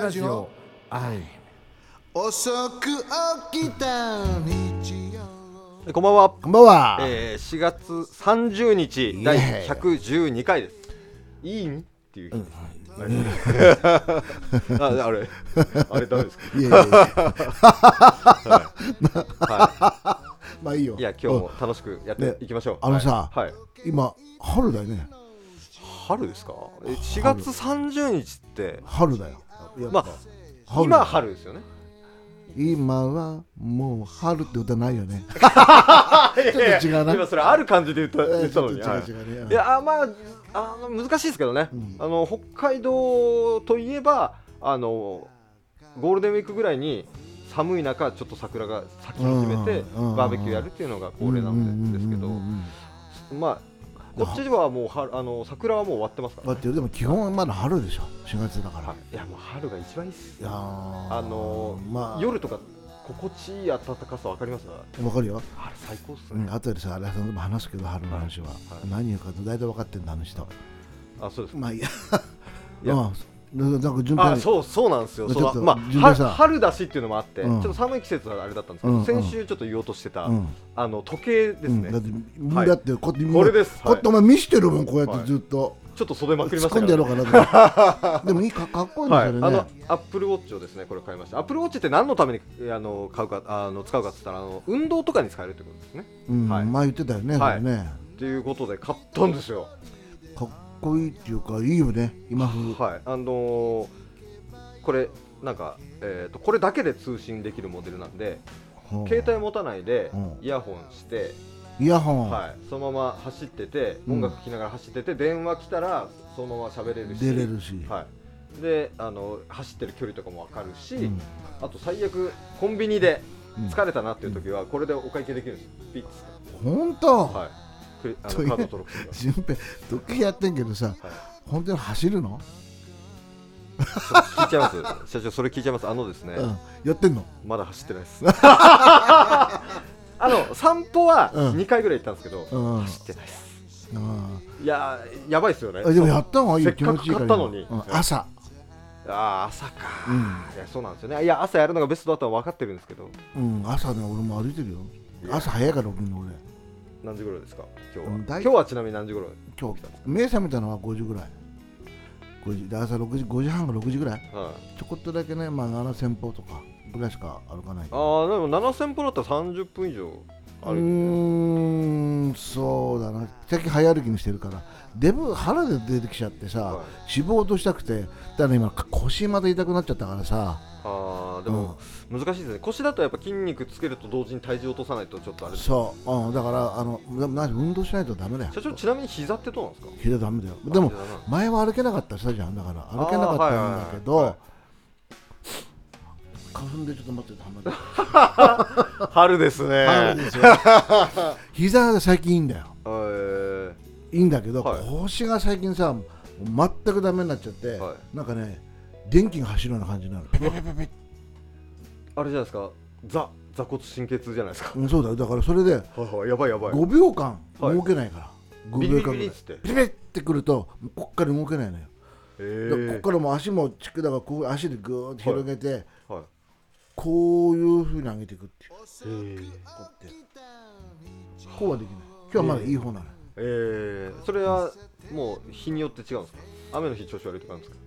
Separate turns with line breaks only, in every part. ラジオ愛
遅く起きた日曜
こんばんは、
こんばんは、
えー、4月30日第
イエーイ
112回ですいいんっていう日です、ああれあれダメですか、
いやいやいや
は
まあいいよ
い、いや今日も楽しくやっていきましょう、
あのさ
はい、はい
今春だよね
春ですかえ4月30日って
春だよ
まあ
春
今春ですよね
今はもう春って歌ないよね
ちょっ
と違うな
今それある感じで言った
えー
言ってたのに、
ちょっと
はい
違う違うね
いやあまああの難しいですけどね、あの北海道といえばあのゴールデンウィークぐらいに寒い中ちょっと桜が咲き始めて
うんうん
バーベキューやるっていうのが恒例な
うんうんうんうんん
でですけどまあこっちではもうはあの桜はもう終わってますから、
待
ね
ってよでも基本はまだ春でしょ4月だから、
はい、いやもう春が一番いいっす
いやー
あの
まあ
夜とか心地いい暖かさわかります
わかるよ、
あれ最高っす
う
ね、
ん、後でさあれでも話すけど春の話は、
い
何言うか大体分かってんだあの人
あそうですか
まあいいや
いや
まあなんか順平
あそうそうなんですよ、
ち
そ
ょっと
うまあ、
順平さん
は春だしっていうのもあって、
うん
ちょっと寒い季節はあれだったんですけど、
うんうん
先週ちょっと言おうとしてた、
うん
あの時計です
う
ね、
ん、だって、
はい
だってこうやって
これです
こうやってお前見してるもんこうやっ
は
て
い
ずっと、
ちょっと袖まくり
突
ま
っ
した
込ん
か
でや
ら、
ろ
ね
う。かなと思ってでもいいかかっこいいんです
はい、あ
よね、
のアップルウォッチをですねこれ買いましたアップルウォッチって何のためにえあの買うかあの使うかって言ったらあの運動とかに使えるってことですね。
うん
はい
前言ってたよね、
はい
それね
ということで買ったんですよ。
かっこいいっていうかいいよね今風、
はいあのーこれなんか、えー、とこれだけで通信できるモデルなんで
うん
携帯持たないで
うん
イヤホンして、
イヤホン、
はい、そのまま走ってて
うん
音楽聴きながら走ってて、電話来たらそのまま喋れるし
出れるし、
はい、であの走ってる距離とかも分かるし、
うん
あと最悪コンビニで
うん
疲れたなっていう時はこれでお会計できるんですピッツ
本当、
はいクリあの
という
カード登録すれば
順平時計やってんけどさ本当に走るの、
はい、聞いちゃいます社長それ聞いちゃいますあのですね、
うん、やってんの
まだ走ってな いですあの散歩は
うん
2回ぐらい行ったんですけど、
うん
走ってないです
うん
いやーやばいですよね
あでもやった方がいいよ
せっ
気
か
持
く
ちいいから
買ったのに
うん朝
ああ朝か、
うん
いやそうなんですよねいや朝やるのがベストだとは分かってるんですけど
うん朝ね俺も歩いてるよ
いや
朝早いから起きるの俺
何時頃ですか今日
うん
は
大
今日はちなみに何時頃
今日目覚めたのは5時ぐらい5時で朝6時5時半か6時ぐらい
はい
ちょこっとだけねまあ7000歩とかぐらいしか歩かないけど
ああでも7000歩だったら30分以上
う
あ
ー
る、
んそうだな最近早歩きにしてるからデブ腹で出てきちゃってさ、
はい
脂肪を落としたくてだからね今腰まで痛くなっちゃったからさ
ああでも難しいですね腰だとやっぱ筋肉つけると同時に体重落とさないとちょっとあれです
そう、うん、だからあのなな運動しないとダメだよ
社長ちなみに膝ってどうなんですか
ひどいダメだよでも
あ膝なの
前は歩けなかったしたじゃんだから歩けなかったんだけ
あーはいはい
ど
は
花粉でちょっと待ってた まに
春ですね
あるんで すよ膝が最近いいんだよ
えー、
いいんだけど、
はい
腰が最近さ全くダメになっちゃって、
は
なんかね電気が走るような感じになるペペペペペ
あれじゃないですか座座骨神経痛じゃないですか
うんそうだよだからそれで
はいはいやばいやばい
5秒間
はい
動けないから、5
ビリ
秒
ビ
間
リビ
ぐ
リ
ら
っ
い
つって
ペペってくるとこっから動けないのよ、
え
だからこ
ー
っからもう足もちくだからこう足でぐーっと広げて、
はい、
こういうふうに上げていくっていう
えー
こうやってこうはできない今日はまだいい方なのよ
えー、それはもう日によって違うんですか雨の日調子悪いとかあるんですか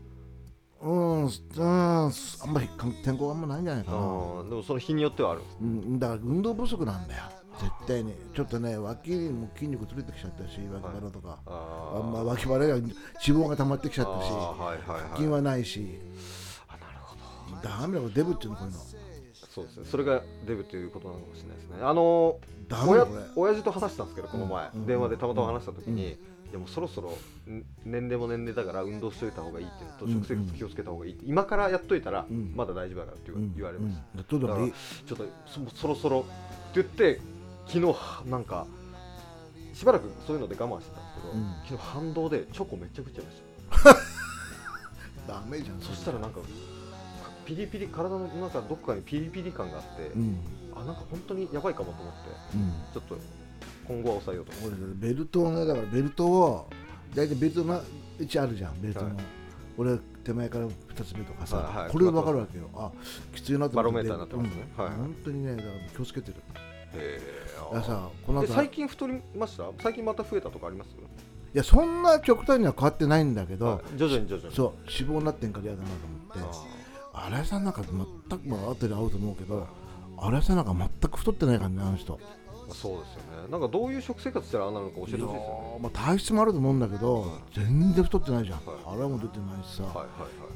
うん、うん、あんまりかん天候あんまないんじゃないか
あ
な、
ーでもその日によってはあるんです
うん、だから運動不足なんだよ絶対にちょっとね脇にも筋肉つれてきちゃったし脇腹とか、
あ
あ
ー
んま脇腹が脂肪が溜まってきちゃったし
あーはいはいはい
腹筋はないし
あなるほど
ダメだこれデブっていうのこういうの
そうですねそれがデブということなのかもしれないですねあの
ダメ
お
だ
や
これ
親父と話したんですけどこの前、
うんうん
電話でたまたま話した時に、いやもうそろそろん年齢も年齢だから運動しといた方がいいっていうのと、
うんうん
食生活気をつけた方がいいって今からやっといたら、
うん
まだ大丈夫だからって言わ,、
うん
言われました、
うんどうだ
だか
ろ
ら
ういい
ちょっとそそろそろって言って昨日はなんかしばらくそういうので我慢してたんですけど、
うん
昨日反動でチョコめっちゃ食っちゃいました
ダメじゃん
そしたらなんかピリピリ体の中どっかにピリピリ感があって、
うんうん
あなんか本当にやばいかもと思ってちょっと今後は抑えようと思
俺
って。
ベルトをねだからベルトを大体ベルトの位置あるじゃんベルトの、
はい
俺手前から2つ目とかさ、
はいはい
これで分かるわけよあきついなと思って
バロメーターになってますね
うん
はいはい
本当にねだから気をつけてる
へ
だから
え
さこの
で
後
最近太りました最近また増えたとかあります
いやそんな極端には変わってないんだけど、
はい徐々に徐々に
そう脂肪になってんから嫌だなと思って荒井さんなんか全くまあ後で会うと思うけど荒井さんなんか全く太ってないからねあの人
まあそうですよねなんかどういう食生活したらあんなのか教えてほしいですよね
いやーまあ、体質もあると思うんだけど全然太ってないじゃん、
はい
腹も出てないしさ、
はいはい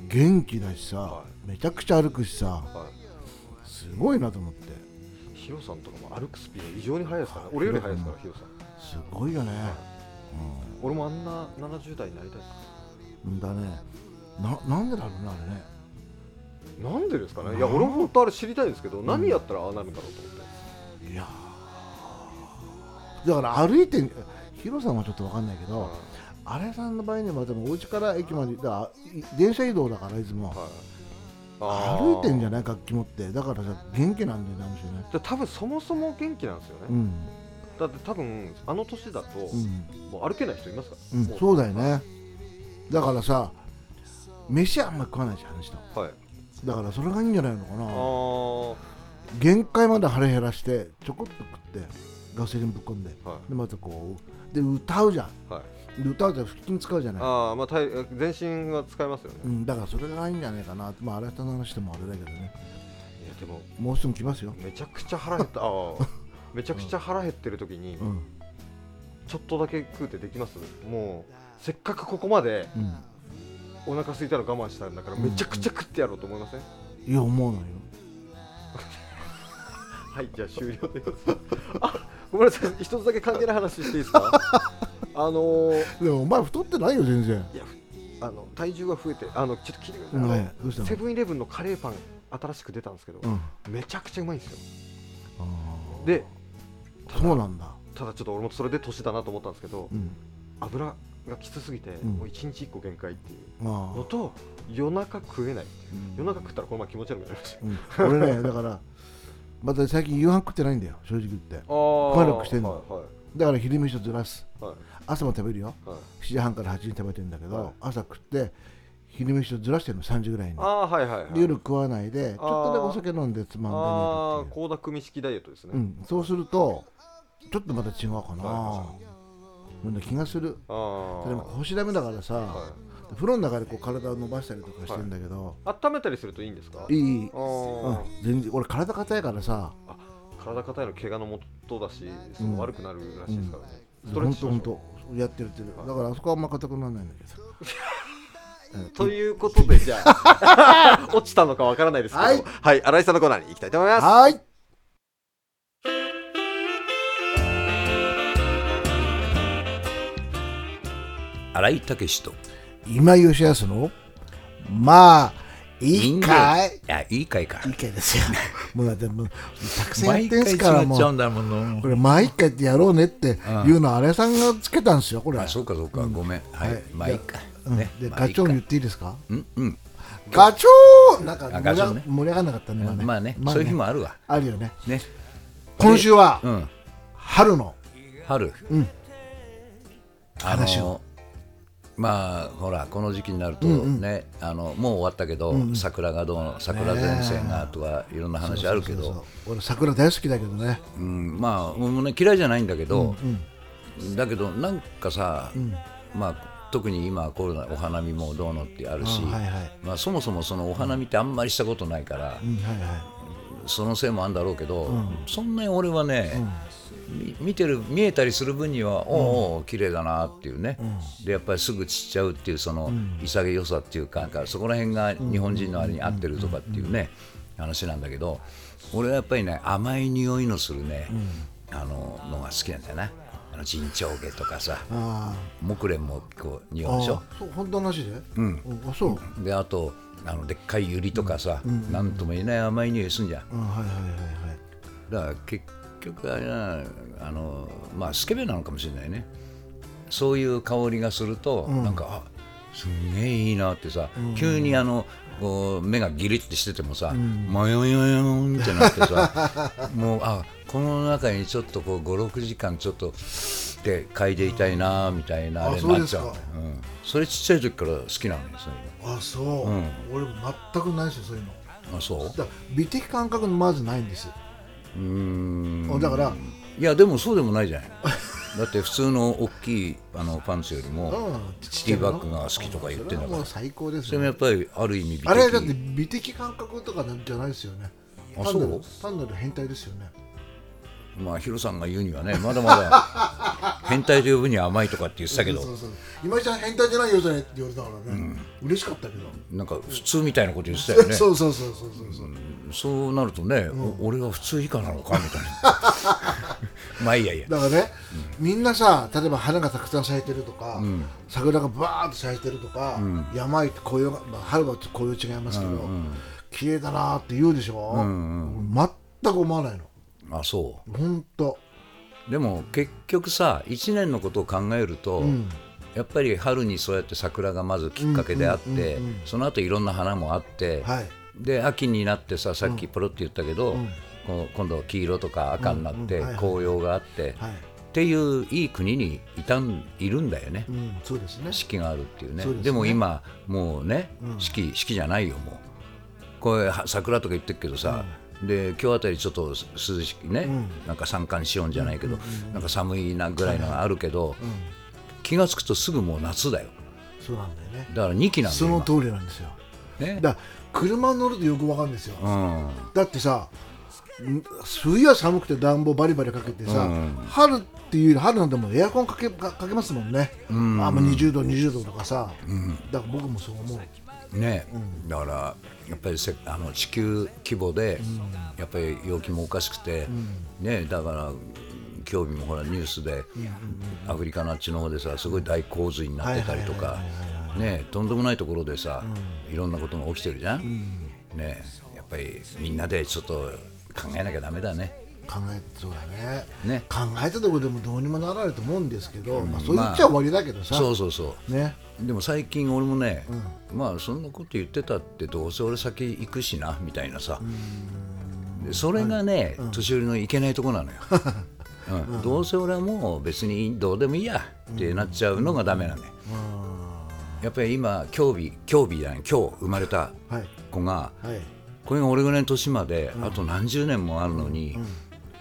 元気だしさ、
は
めちゃくちゃ歩くしさ
はいはい
すごいなと思って
ヒロさんとかも歩くスピード異常に速いですからね俺より速いですからヒロさん
すごいよね、
俺もあんな70代になりたいです
うん、だねななんでだろうねあれね
なんでですかねいや俺も本当あれ知りたいんですけど何やったらああなるんだろうと思って
いやーだから歩いてヒロさんはちょっと分かんないけど、
は
荒井さんの場合にはでもお家から駅までだからい電車移動だからいつも、
いはいあー
歩いてんじゃない楽器持ってだからさ元気なんだよねあの人ね
で多分そもそも元気なんですよね、
うん
だって多分あの年だと、
うん
もう歩けない人いますか
う
ら、
ん
も、
そうだよねだからさ飯あんま食わないじゃんあの人
はい
だからそれがいいんじゃないのか
あ
な
ー
限界まで腹減らしてちょこっと食ってガソリンぶっ込んでで
は
またこうで歌うじゃん
いはい
で歌うじゃん腹筋使うじゃない、
あーまあ体全身が使えますよね、
う
い
ん、だからそれがいいんじゃないかなまあ新たな話でもあれだけどね
やでも
もうすぐ来ますよ、
めちゃくちゃ腹減ったあー めちゃくちゃ腹減ってる時に
うん
ちょっとだけ食うってできますもうせっかくここまで
うん、
お腹空いたの我慢したんだから
うん
めちゃくちゃ食ってやろうと思いません、
いや思うのよ
はいじゃあ終了ですあごめんなさい一つだけ関係ない話していいで すかあのー
でもお前太ってないよ全然
いやふあの体重が増えてあのちょっと聞いてください、あの
ねどうした
セ
の
ブンイレブンのカレーパン新しく出たんですけど、
うん
めちゃくちゃうまいんですよ
あー
でただ
そうなんだ
ただちょっと俺もそれで年だなと思ったんですけど、
うん
油がきつすぎて、
ん
もう1日1個限界っていう
まあ
のと夜中食えないっていう
うん
夜中食ったらこの前気持ち悪くなりました
うん、俺ねだからまた最近夕飯食ってないんだよ正直言って
あ
悪くしてんの
はい
だから昼飯をずらす
はい
朝も食べるよ
はい
7時半から8時に食べてるんだけど、
はい
朝食って昼飯をずらしてるの3時ぐらいに
ああはいはいはい
で夜食わないでちょっとだけ
あー
お酒飲んでつま
あ
ん
あ
で寝るっていう
倖田來未式ダイエットですね、
うん、そうするとちょっとまた違うかな、
は
なんだ気がする
あー
でも腰ダメだからさ、
は
風呂の中でこう体を伸ばしたりとかしてんだけど、
温めたりするといいんですか
い、いいい、
あ
うん
ー、
全然俺体硬いからさ
体硬いの怪我のもとだし、そ
うん
の悪くなるらしいですからね、ストレッ
本
チし
当
ましょう
本当やってるやってる
はい
だからあそこはあんま硬くならないんだけど
ということで、じゃ あ、落ちたのかわからないですけど、
は
はいい、新井さんのコーナーに行きたいと思います。
はーい
新井武史と
今吉康のまあいいかい
いやいい回か
いいかいですよもうだってもうたくさんや
毎
ってん
回違
す
っち
から
ゃ
も
う
うん
だもの
これ毎回ってやろうねっていうのはあれさんがつけたんですよこれ
あそうかそうかごめんは
はいい
まあいいか
うん
ね
で
まあ
ガ
いい
チ
か
ョン言っていいですか
うんうん
ガチョンなんか盛
あ
り上
ガチ
が
ョンね
盛り上がんなかったね今ね
まあねそういう日もあるわ
あるよね
ね
今週は
うん
春の
春
うん
あ
話
のまあほらこの時期になるとねあのもう終わったけど桜がどうの桜前線がとかいろんな話あるけ
そうそう
ど
そう俺桜大好きだけどね
うんまあ俺もね嫌いじゃないんだけどだけどなんかさまあ特に今コロナお花見もどうのってあるし
あはいはい
まあ、そもそもそのお花見ってあんまりしたことないから、
うんはいは
そのせいもあるんだろうけど、そんなに俺はね、み見てる見えたりする分には、おうおう綺麗だなっていうね、でやっぱりすぐ散っちゃうっていうその潔さっていうかなんかそこら辺が日本人のあれに合ってるとかっていうね話なんだけど俺はやっぱりね甘い匂いのするね、あののが好きなんだよなあの陣長家とかさ
いあ
木蓮もこう匂
あ
うでしょ
あそう本当の話でうんあそう
であとあのでっかいユリとかさ、なんとも言えない甘い匂いすんじゃん
うんはいはいはいはい
だから結局あれなあのまあスケベなのかもしれないねそういう香りがすると、なんかあすんげえいいなってさ、急にあのこう目がギリってしててもさ、マヨヨヨンってなってさ もうあこの中にちょっとこう56時間ちょっとで嗅いでいたいなみたいなあれになっちゃう,、
あそうです
うん、それちっちゃい時から好きなのよそういう
あそう、俺全くないですよそういうの
のあそう
だから美的感覚のまずないんです
うーん
だから
いやでもそうでもないじゃないだって普通の大きいあのパンツより
う
も
ん
シティバッグが好きとか言ってんだ
それ
か
はも
ら
う最高です
それもや
ね
っぱりある意味美的
あれだって美的感覚とかなんじゃないですよね
あ
単なる
そう
単なる変態ですよね
まあヒロさんが言うにはねまだまだ変態と呼ぶには甘いとかって言ってたけ
そ
ど
うそう今井ちゃん変態じゃないよそれって言われたからね、嬉しかったけど、
なんか普通みたいなこと言ってたよね
そうそうそうそうそうそう、
そうなるとね、お俺は普通以下なのかみたいな まあいいやいいや
だからね、みんなさ例えば花がたくさん咲いてるとか、桜がバーッと咲いてるとか、山行って紅葉が、まあ、春は紅葉違いますけど、綺麗だなーって言うでしょ、俺全く思わないの
あそう
ほんと
でも結局さ1年のことを考えると、やっぱり春にそうやって桜がまずきっかけであって、その後いろんな花もあって、
はい
で秋になってささっきポロって言ったけど、この今度黄色とか赤になって、
うんうんはいはい
紅葉があって、
はい、
っていういい国にいたんいるんだよね
う、ん、そうですね
四季があるっていうね
そう
で
ですね
も今もうね四季四季じゃないよもうこれは桜とか言ってるけどさ、で今日あたりちょっと涼しくね、なんか三寒四温じゃないけど、なんか寒いなぐらいのがあるけど、気が付くとすぐもう夏だよ
そうなんだよね
だから2期なんだ
そ
よ
の通りなんですよ
今ね
だから車に乗るとよくわかるんですよ、
うん
だってさん冬は寒くて暖房バリバリかけてさ、春っていうより春なんてもうエアコンかけかかけますもんね、あもう20度20度とかさ、だから僕もそう思う
ね、だからやっぱりせあの地球規模でやっぱり陽気もおかしくて、ねだから今日もほらニュースでアフリカのあっちの方でさすごい大洪水になってたりとかねとんでもないところでさ、いろんなことが起きてるじゃん、ねやっぱりみんなでちょっと考えなきゃダメだね
考えそうだね
ね
考えたところでもどうにもならないと思うんですけど、まあ、そう言っちゃ終わりだけどさ、
そうそうそう
ね
でも最近俺もね、まあそんなこと言ってたってどうせ俺先行くしなみたいなさでそれがね、年寄りのいけないとこ なのよ、うんどうせ俺はもう別にどうでもいいやってなっちゃうのがダメなのよ、やっぱり今今日日今日日じゃない今日生まれた
はい
子が、
はい
これが俺ぐらいの年まで、あと何十年もあるのに、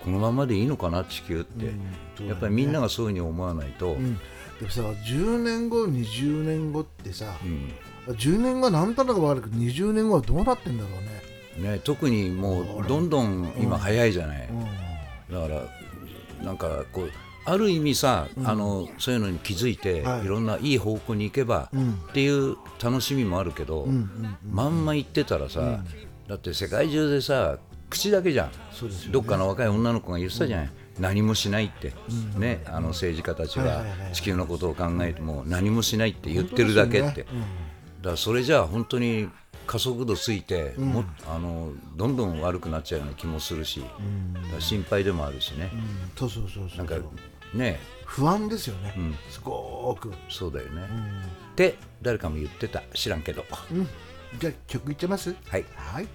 このままでいいのかな地球って、やっぱりみんながそういうふうに思わないと、
でもさ10年後20年後ってさ、10年後は何となく悪く20年後はどうなってんだろうね
ね、特にもうどんどん今早いじゃない、だからなんかこうある意味さ、あのそういうのに気づいて、
はい
い、ろんないい方向に行けば、っていう楽しみもあるけど、まんま行ってたらさ、だって世界中でさ口だけじゃん、どっかの若い女の子が言ってたじゃない、何もしないって、ね、あの政治家たち
はいは
が
いはいはい
地球のことを考えても何もしないって言ってるだけっ
本当
て。
ですよねうん
だからそれじゃあ本当に加速度ついてもっ、あのどんどん悪くなっちゃうような気もするし、だから心配でもあるしね、
うんそうそうそうそう
なんかね
不安ですよね、すごーく
そうだよね、って誰かも言ってた知らんけど、
じゃあ曲いっちゃいます
はい
はい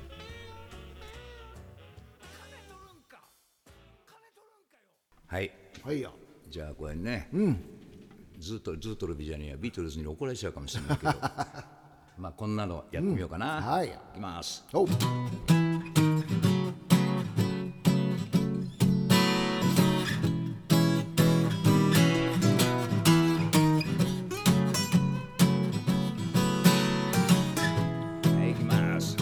はい
はいよ
じゃあこれね、ずっとずっとルビーじゃねえやビートルズに怒られちゃうかもしれない けどまあこんなのやってみようかな、
うんはい
いきます
お
いきます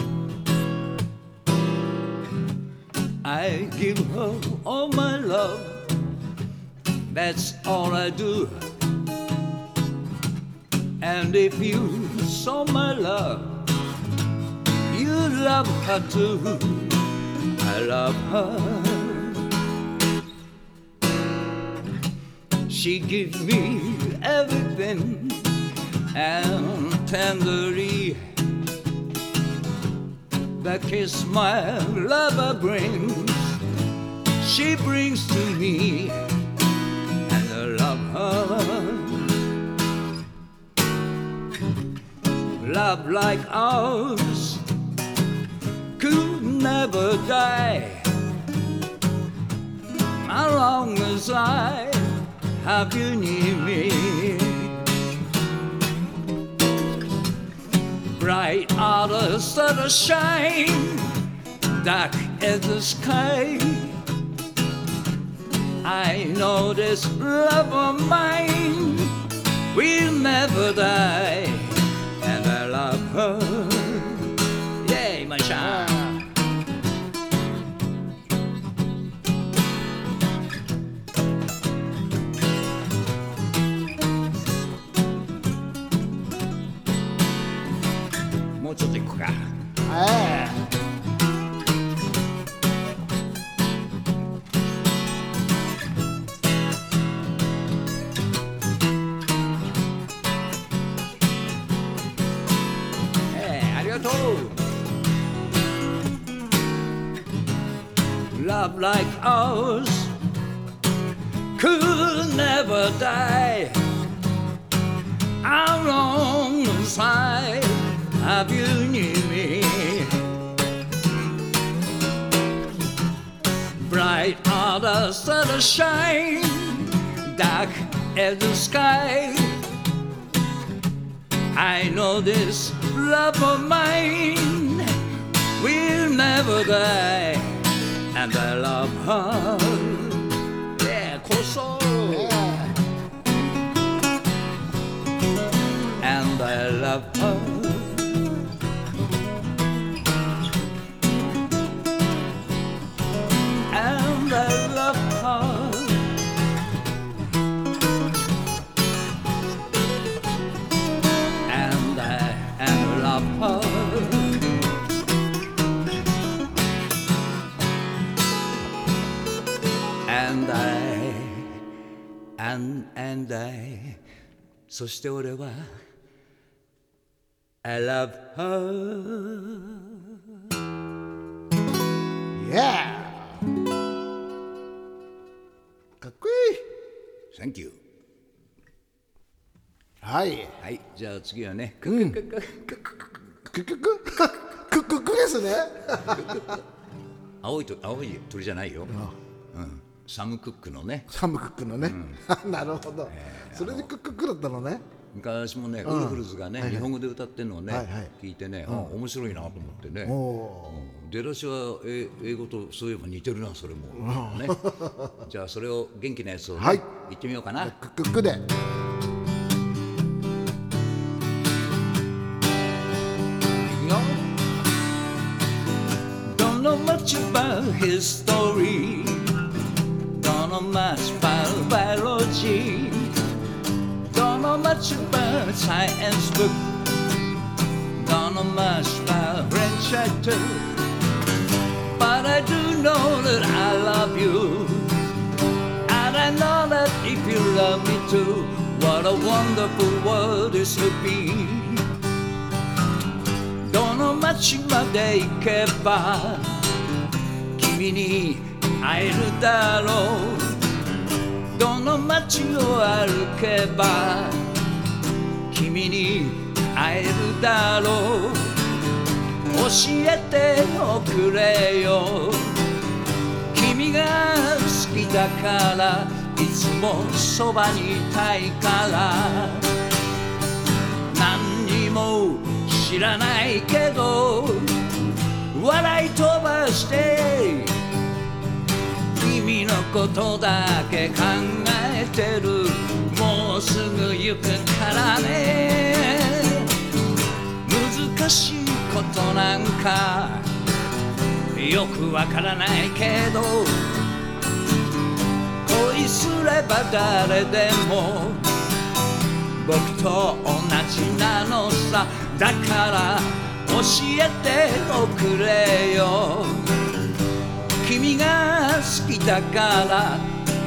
I give her all my love That's all I do And if you saw my love You'd love her too I love her She gives me everything And tenderly the kiss my lover brings, she brings to me, and I love her. love like ours could never die. As long as I have you near me. bright others that are shine dark as the sky I know this love of mine will never die and I love her yay my child Mucho te coca.
え
えーありがとう Love like ours could never die How long as I have you near me Bright are the sunshine Dark as the sky I know this love of mine will never die, and I love her. Yeah, Koso. And I love her. And I love her. and I and love her. And I and and I そして俺は I love her
え
かっこいい
Thank you
はい
はいじゃあ次はね
クックッククックックですね
青いと青い鳥じゃないよ、うん、サム・クックのね
サムクックのねなるほどそれでクックックだったのね
昔もね、ウルフルズがね、日本語で歌ってるのをね、
はいはい
聞いてね、あ面白いなと思ってね、
お
うん出だしはえ英語とそういえば似てるなそれも、 ね、じゃあそれを元気なやつを、ね
はい
言ってみようかな
クックックで
いいよ Don't know much about his story Don't know much about biology Don't know much about science book Don't know much about French actor But I do know that I love you And I know that if you love me too What a wonderful world this would beどの町まで行けば君に会えるだろうどの町を歩けば君に会えるだろう教えておくれよ君が好きだからいつもそばにいたいから何にも知らないけど笑い飛ばして君のことだけ考えてるもうすぐ行くからね難しいことなんかよくわからないけど恋すれば誰でも僕と同じなのさだから教えておくれよ君が好きだから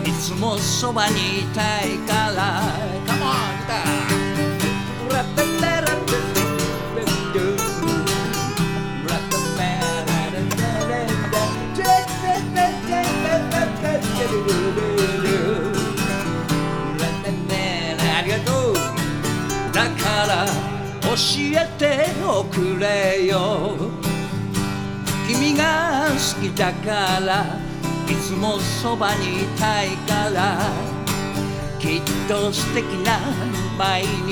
いつもそばにいたいから Come on ギターラッタララッタラッタラッタラッタラッタラッタありがとうだから教えて君が好きだからいつもそばにいたいからきっと素敵な毎日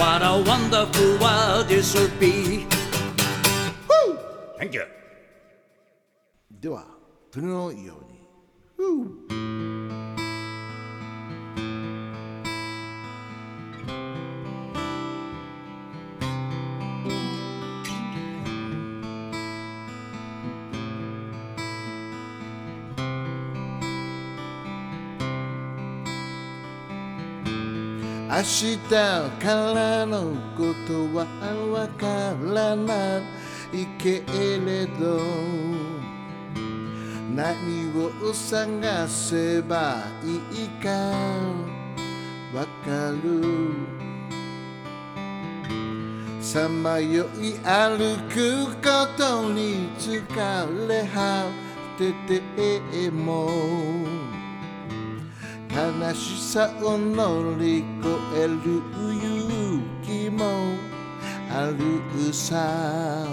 What a wonderful world this will be
では鳥のように明日からのことはわからないけれど何を探せばいいかわかるさまよい歩くことに疲れ果てても悲しさを乗り越える勇気もあるさ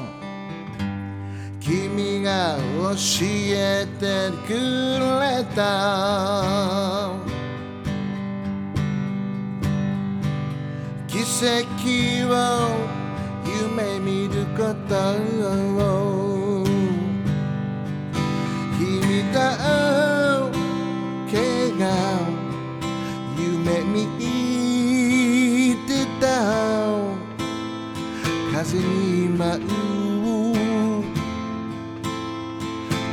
君が教えてくれた奇跡を夢見ることを君とけが夢見てた風に舞う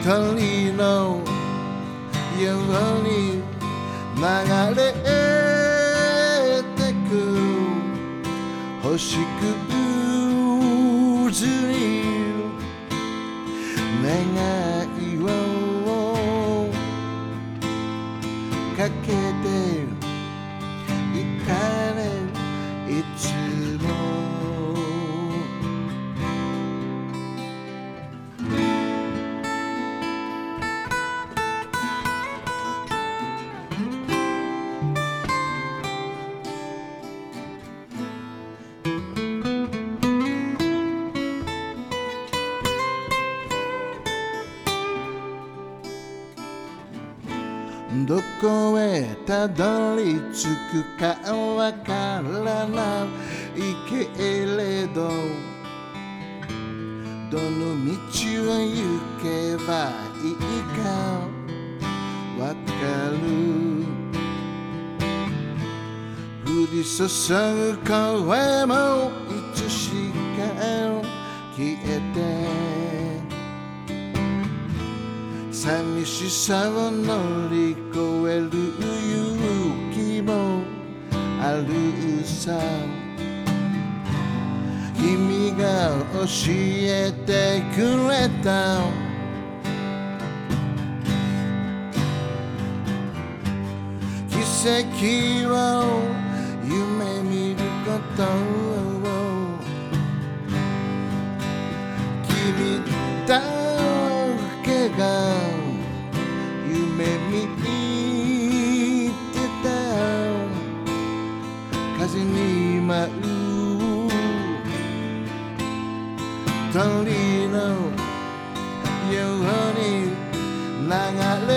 鳥のように流れてく星屑に願いをかけていかれいつもどこへたどり着くかわからないけれどどの道を行けばいいかわかる降り注ぐ声もいつしか消えて寂しさを乗り越える勇気もあるさ君が教えてくれた奇跡を夢見ることを君だけが夢見てた風に舞う鳥のように流れ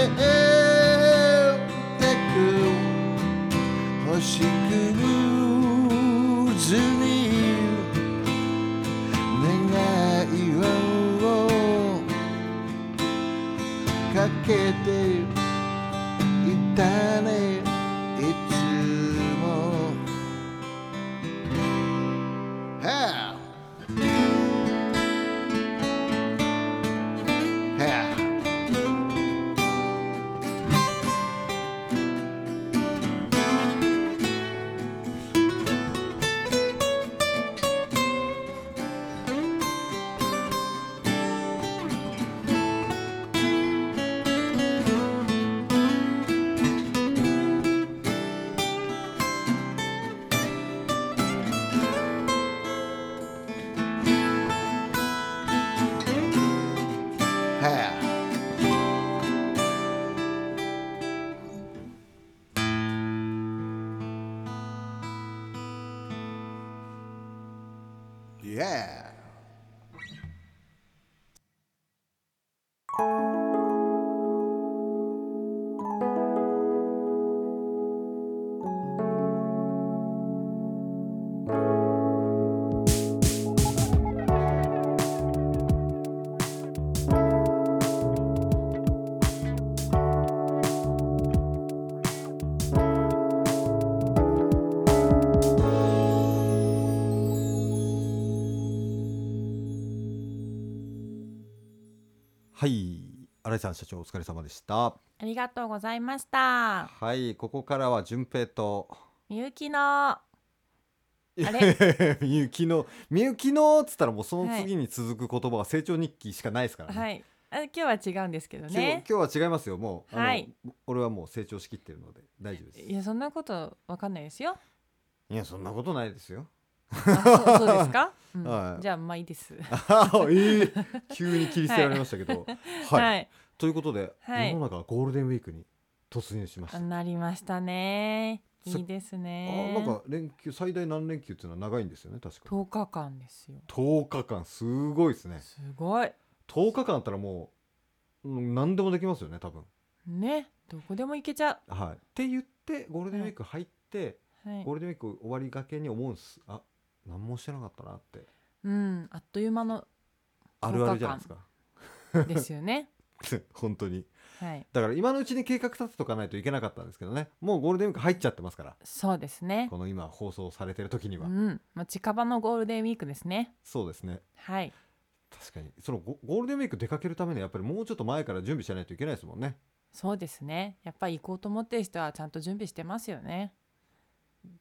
てく星屑に願いをかけていたねいつも Yeah. Yeah.
「
はい新井さん社長お疲れ様でした
ありがとうございました。
はいここからは順平と
みゆきの。あれ、
みゆきのみゆきのっつったらもうその次に続く言葉は成長日記しかないですからね、
はい、あ、今日は違うんですけど
今日
ね。
今日は違いますよもう、
はい
あの俺はもう成長しきってるので大丈夫です
いや、そんなことわかんないで すよ。
いやそんなことないですよ
あそうそうですか、うん
はい
じゃあまあいいです。
あーえー急に切り捨てられましたけどはい、
はい、
ということで、
はい
世の中はゴールデンウィークに突入しました
あなりましたね。いいですね。
あなんか連休最大何連休っていうのは長いんですよね確か
10日間ですよ。
10日間すごいですね
すごい。
10日間あったらもう、うん、何でもできますよね多分
ね、どこでも行けちゃ
はいって言ってゴールデンウィーク入って、
う。はい
ゴー。ルデンウィーク終わりがけに思うんですあ何もしてなかったなって
うん、あっという間の
あるあるじゃないですか
ですよね。
本当に
はい。
だから今のうちに計画立てとかないといけなかったんですけどねもうゴールデンウィーク入っちゃってますから
そうですね。
この今放送されてる時に
う
は、
ん、まあ近場のゴールデンウィークですね。
そうですね
はい。
確かにそのゴゴールデンウィーク出かけるためにはやっぱりもうちょっと前から準備しないといけないですもんね
そうですね。やっぱり行こうと思ってる人はちゃんと準備してますよね。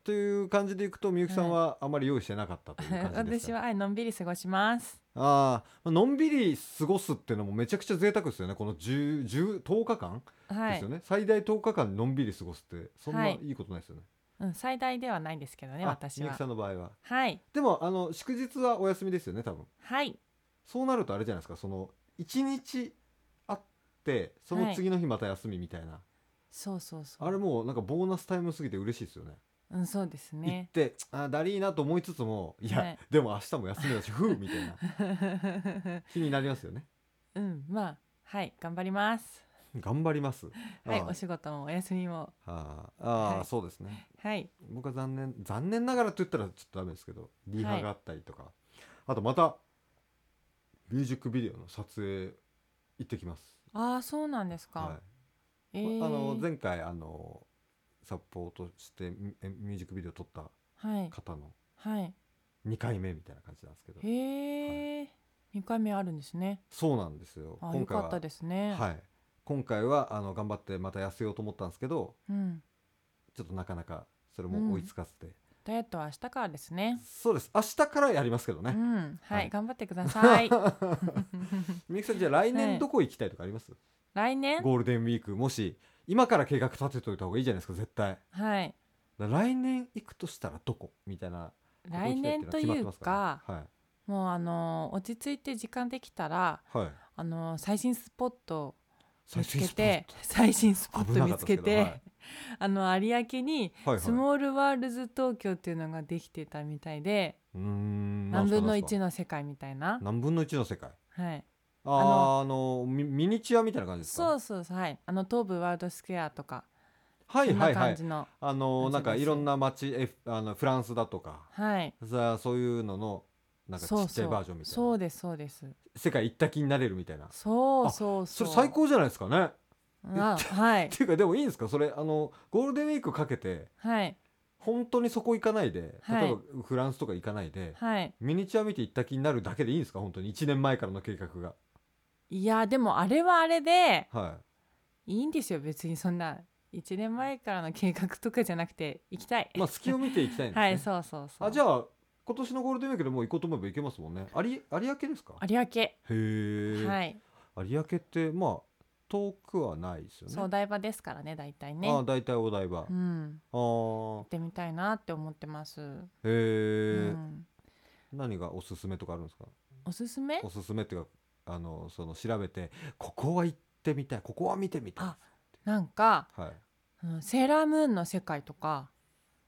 という感じでいくとみゆきさんはあまり用意してなかったという感じです
私
か、
ははいのんびり過ごします。
ああのんびり過ごすっていうのもめちゃくちゃ贅沢ですよねこの 10, 10 10日間
は
で
い。
すよね、最大10日間のんびり過ごすってそんな
はい
いいことないですよね、
うん、最大ではないんですけどね、
あ
私
みゆ
は
きさ。んの場合は
はい。
でもあの祝日はお休みですよね多分
はい。
そうなるとあれじゃないですかその1日あってその次の日また休みみたいな、
そうそうそう。
あれもうなんかボーナスタイムすぎて嬉しいですよね
うん、そうです
行っ
ね。
てあーだりーなと思いつつもいや、
はい
でも明日も休みだしふうみたいな日になりますよね
うん、まあ、はい、頑張ります。
頑張ります
はい、
あー
お仕事もお休みも。
あーあー、
はい
そうですね
はい。
僕は残念残念ながらと言ったらちょっとダメですけどリハがあったりとか、あとまたミュージックビデオの撮影行ってきます、
ああ、そうなんですか。
は
え
い
え
あの前回あのサポートしてミえミュージックビデオ撮った
はい。
方の
はい。
2回目みたいな感じなんですけど
へえ。二、回目あるんですね。
そうなんですよ
あ、よ
回
かっ
は
たですね。
はい、今回はあの頑張ってまた痩せようと思ったんですけど
うん。
ちょっとなかなかそれも追いつかせて、
ダイエットは明日からですね。
そうです明日からやりますけど
う
ね、
ん、
は
はいい、頑張ってくだ さい。
みゆきさんじゃあ来
は
年
い
どこ行きたいとかあります、
来年。
ゴールデンウィークもし今から計画立てといた方がいいじゃないですか絶対
はい。
だから来年行くとしたらどこみたいなどこ行
来
きたいっ
年
て
と
のはい決
う
まってます
か、
らね
もうあの落ち着いて時間できたら、
はい、はい、
あの最新スポットを見つけ
スポッ
て、最新スポッ
危
ト
なか
見
ったで
つ
すけ
け
ど
て、
はい
あの有明に
トはいはい
スモールワールズ東京っていうのができてたみたいで、
うーん
何分の
なんすか
1の世界みたいな、
何分の1の世界
はい、
あーあのミミニチュアみたいな感じですか
そうそうそうはい、あの東武ワールドスクエアとか、
はい
そん
は
ない
は
感
い
じの、
あの
感じ
なんか
です
いろんな街えあのフランスだとか
はい、
さあそういうののなんかち
そう
っちゃ
そ
いバー
う
ジョンみたいな
そうですそうです、
世界行った気になれるみたいな
そう
あ
そう
そ
そう、
れ最高じゃないですかね
あはい
っていうかでもいいんですかそれあのゴールデンウィークかけて
はい
本当にそこ行かないで
はい
例えばフランスとか行かないで、
はい。
ミニチュア見て行った気になるだけでいいんですか本当に1年前からの計画が
いやでもあれはあれで
はい
いんですよ別にそんな1年前からの計画とかじゃなくて行きたい
いまあ隙を見ていきたいんですね
はいそうそうそう
あじゃあ今年のゴールデンウィークでもう行こうと思えば行けますもんね有有明ですか
有明
へえ、
はい
有明ってまあ遠くはないですよね
そうお台場ですからね大体
ああ
ね
大体お台場、
う
あ
ん
あ
行ってみたいなって思ってます、
へえ、
うん、
何がおすすめとかあるんですか
おすすめ
おすすめっていうかあのその調べてここは行ってみたいここは見てみたい
あなんか、
はい、
うんセーラームーンの世界とか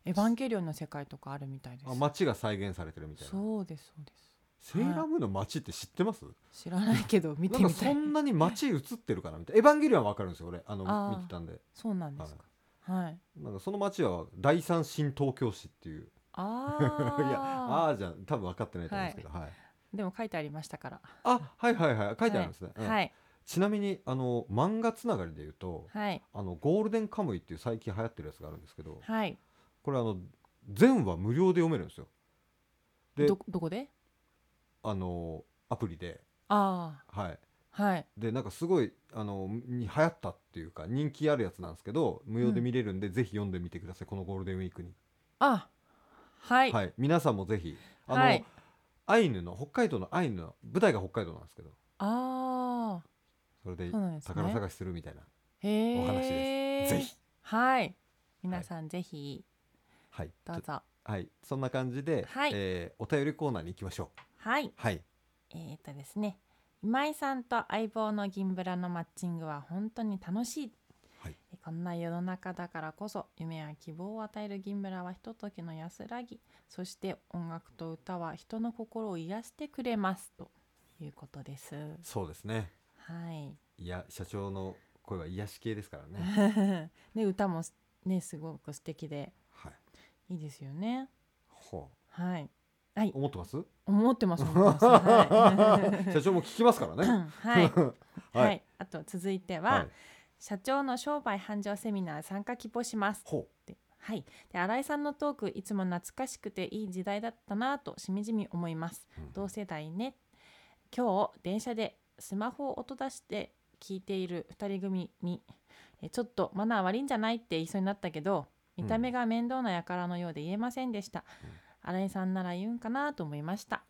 エヴァンゲリオンの世界とかあるみたいです
あ街が再現されてるみたいな
そうですそうで
セーラームーンの街って知ってます、
す知らないけど 見
な
て
んか
みた
そ
い
んなに街映ってるかなみたいなエヴァンゲリオンはわかるんですよ俺あの
あー
見てたんで
そうなんですか はい
なんかその街は第三新東京市っていう
あ
いや
あ
あーじゃ多分分かってないと思うんですけど、はい
でも書いてありましたから。
あはいはいはい書いてあるんですね、うん
はい。
ちなみにあの漫画つながりで言うと、
はい。
あのゴールデンカムイっていう最近流行ってるやつがあるんですけど、
はい。
これあの全話無料で読めるんですよで
ど、どこで。
あのアプリで
あ
はい
はい
でなんかすごいあのに流行ったっていうか人気あるやつなんですけど無料で見れるんで、ぜひ読んでみてくださいこのゴールデンウィークに、
あはい
はい、皆さんもぜひあの、
はい
アイヌの北海道のアイヌの舞台が北海道なんですけど
あ
それで
そうなんですね
宝探しするみたいな
ーへえ
お話ですぜひ
はい皆さんぜひ
はい
どう
ちょ
ぞ
はいそんな感じで、
はい
えーお便りコーナーに行きましょう
はい
はい
えー、っとですね今井さんと相棒の銀ブラのマッチングは本当に楽しい、
はい
えこんな世の中だからこそ夢や希望を与える銀ブラはひとときの安らぎそして音楽と歌は人の心を癒してくれますということです
そうですね
はい
いや社長の声は癒し系ですからね
で歌もねすごく素敵で
はい
いいですよね
ほ
はい。
う思ってます
思ってます。思ってます は
社長も聞きますから
い
ね
はい。
は
はいい。あと続いては、
はい
社長の商売繁盛セミナー参加希望します。
ほ
ってはい。で新井さんのトークいつも懐かしくていい時代だったなぁとしみじみ思います。
うん
同世代ね。今日電車でスマホを音出して聞いている二人組にえちょっとマナー悪いんじゃないって言いそうになったけど見た目が面倒な輩のようで言えませんでした、新井さんなら言うんかなと思いました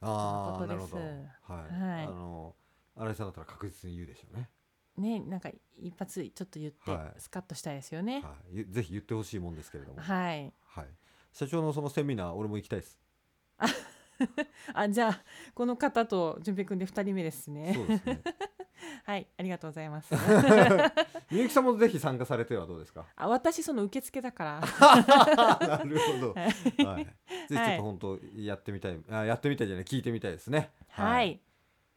ああ
と
ないる
う
ほ
こと
ど
で
はい
す、はい
あの新井さんだったら確実に言うでしょうね、
ねなんか一発ちょっと言って
はい
スカッとしたいですよね
はい、ゆぜひ言ってほしいもんですけれども、はい
はい、
社長のそのセミナー俺も行きたいです
あじゃあこの方と淳平くんで二人目ですね
そうです ね
はいありがとうござい ます
みゆきさんもぜひ参加されてはどうです か
あ私その受付だから
なるほど、はい、ぜひちょ
は
っ
い
と本当やってみたい、あやってみたいじゃない聞いてみたいですね
はい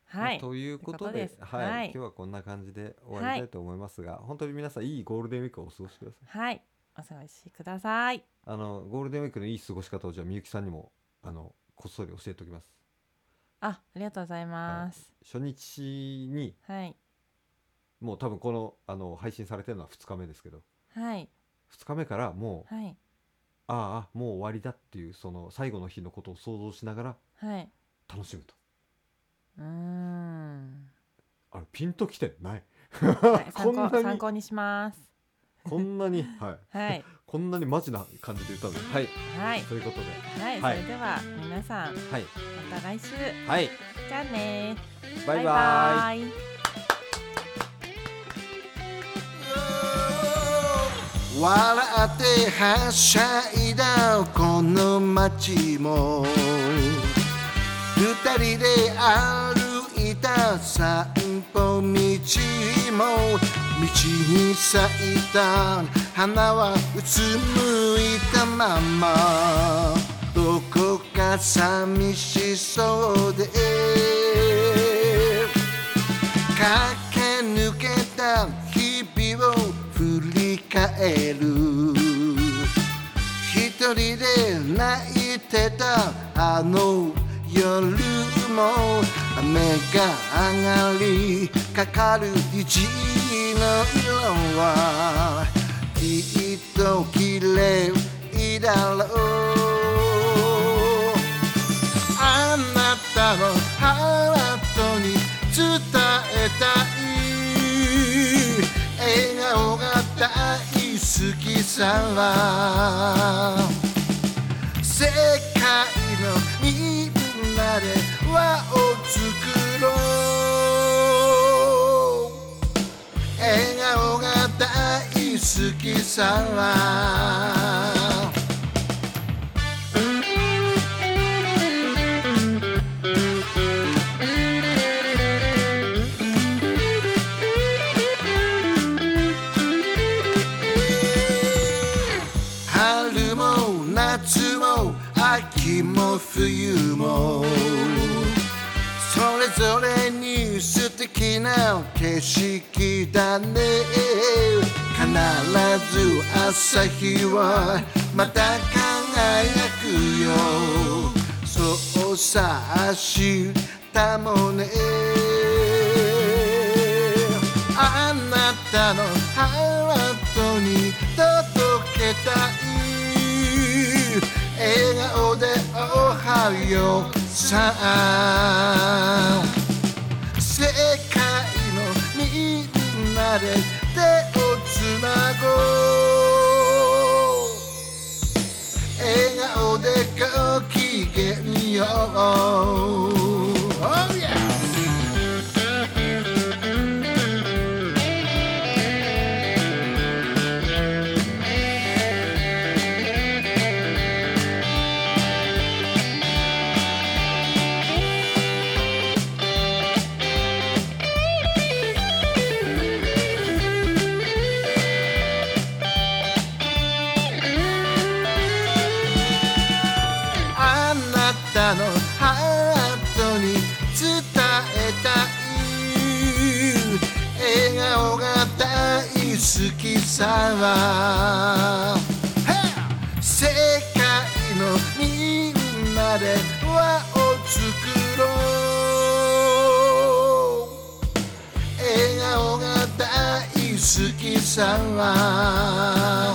は
まあ
い
ということで
ということです
はい
はい
今日はこんな感じで終わりたいと思いますが、本当に皆さんいいゴールデンウィークをお過ごしください
はいお過ごしください
あのゴールデンウィークのいい過ごし方をじゃあみゆきさんにもあのこっそり教えておきます
あありがとうございます
初日に
はい
もう多分このあの配信されてるのは2日目ですけど
はい
2日目からもう、
はい
ああもう終わりだっていうその最後の日のことを想像しながら
はい
楽しむと
うーん
あれピンときてない
はい
こ
参
んな
考
に
参考にします
こんなに、はい、
はい
こんなにマジな感じで歌うのはい
はい
ということで
はい、
はい
それでは皆さん
はい
また来週
はい
じゃあね
バイバイ
バイバイ
笑ってはしゃいだこの街も二人で歩いた散歩道も道に咲いた花はうつむいたままどこか寂しそうで駆け抜けた日々を振り返る一人で泣いてたあの夜も雨が上がりかかる虹の色はきっと綺麗だろうあなたのハートに伝えたい笑顔が大好きさ世界のみんなで輪を作ろう笑顔が大好きさ春も夏も秋も冬もそれぞれに素敵な景色だね必ず朝日はまた輝くよそうさ明日もねあなたのハートに届けたい笑顔でおはようさ世界なで手をつなごう笑顔でご機嫌よう Oh, yeah! あなたのハートに伝えたい笑顔が大好きさ Hey！世界のみんなで輪を作ろう笑顔が大好きさ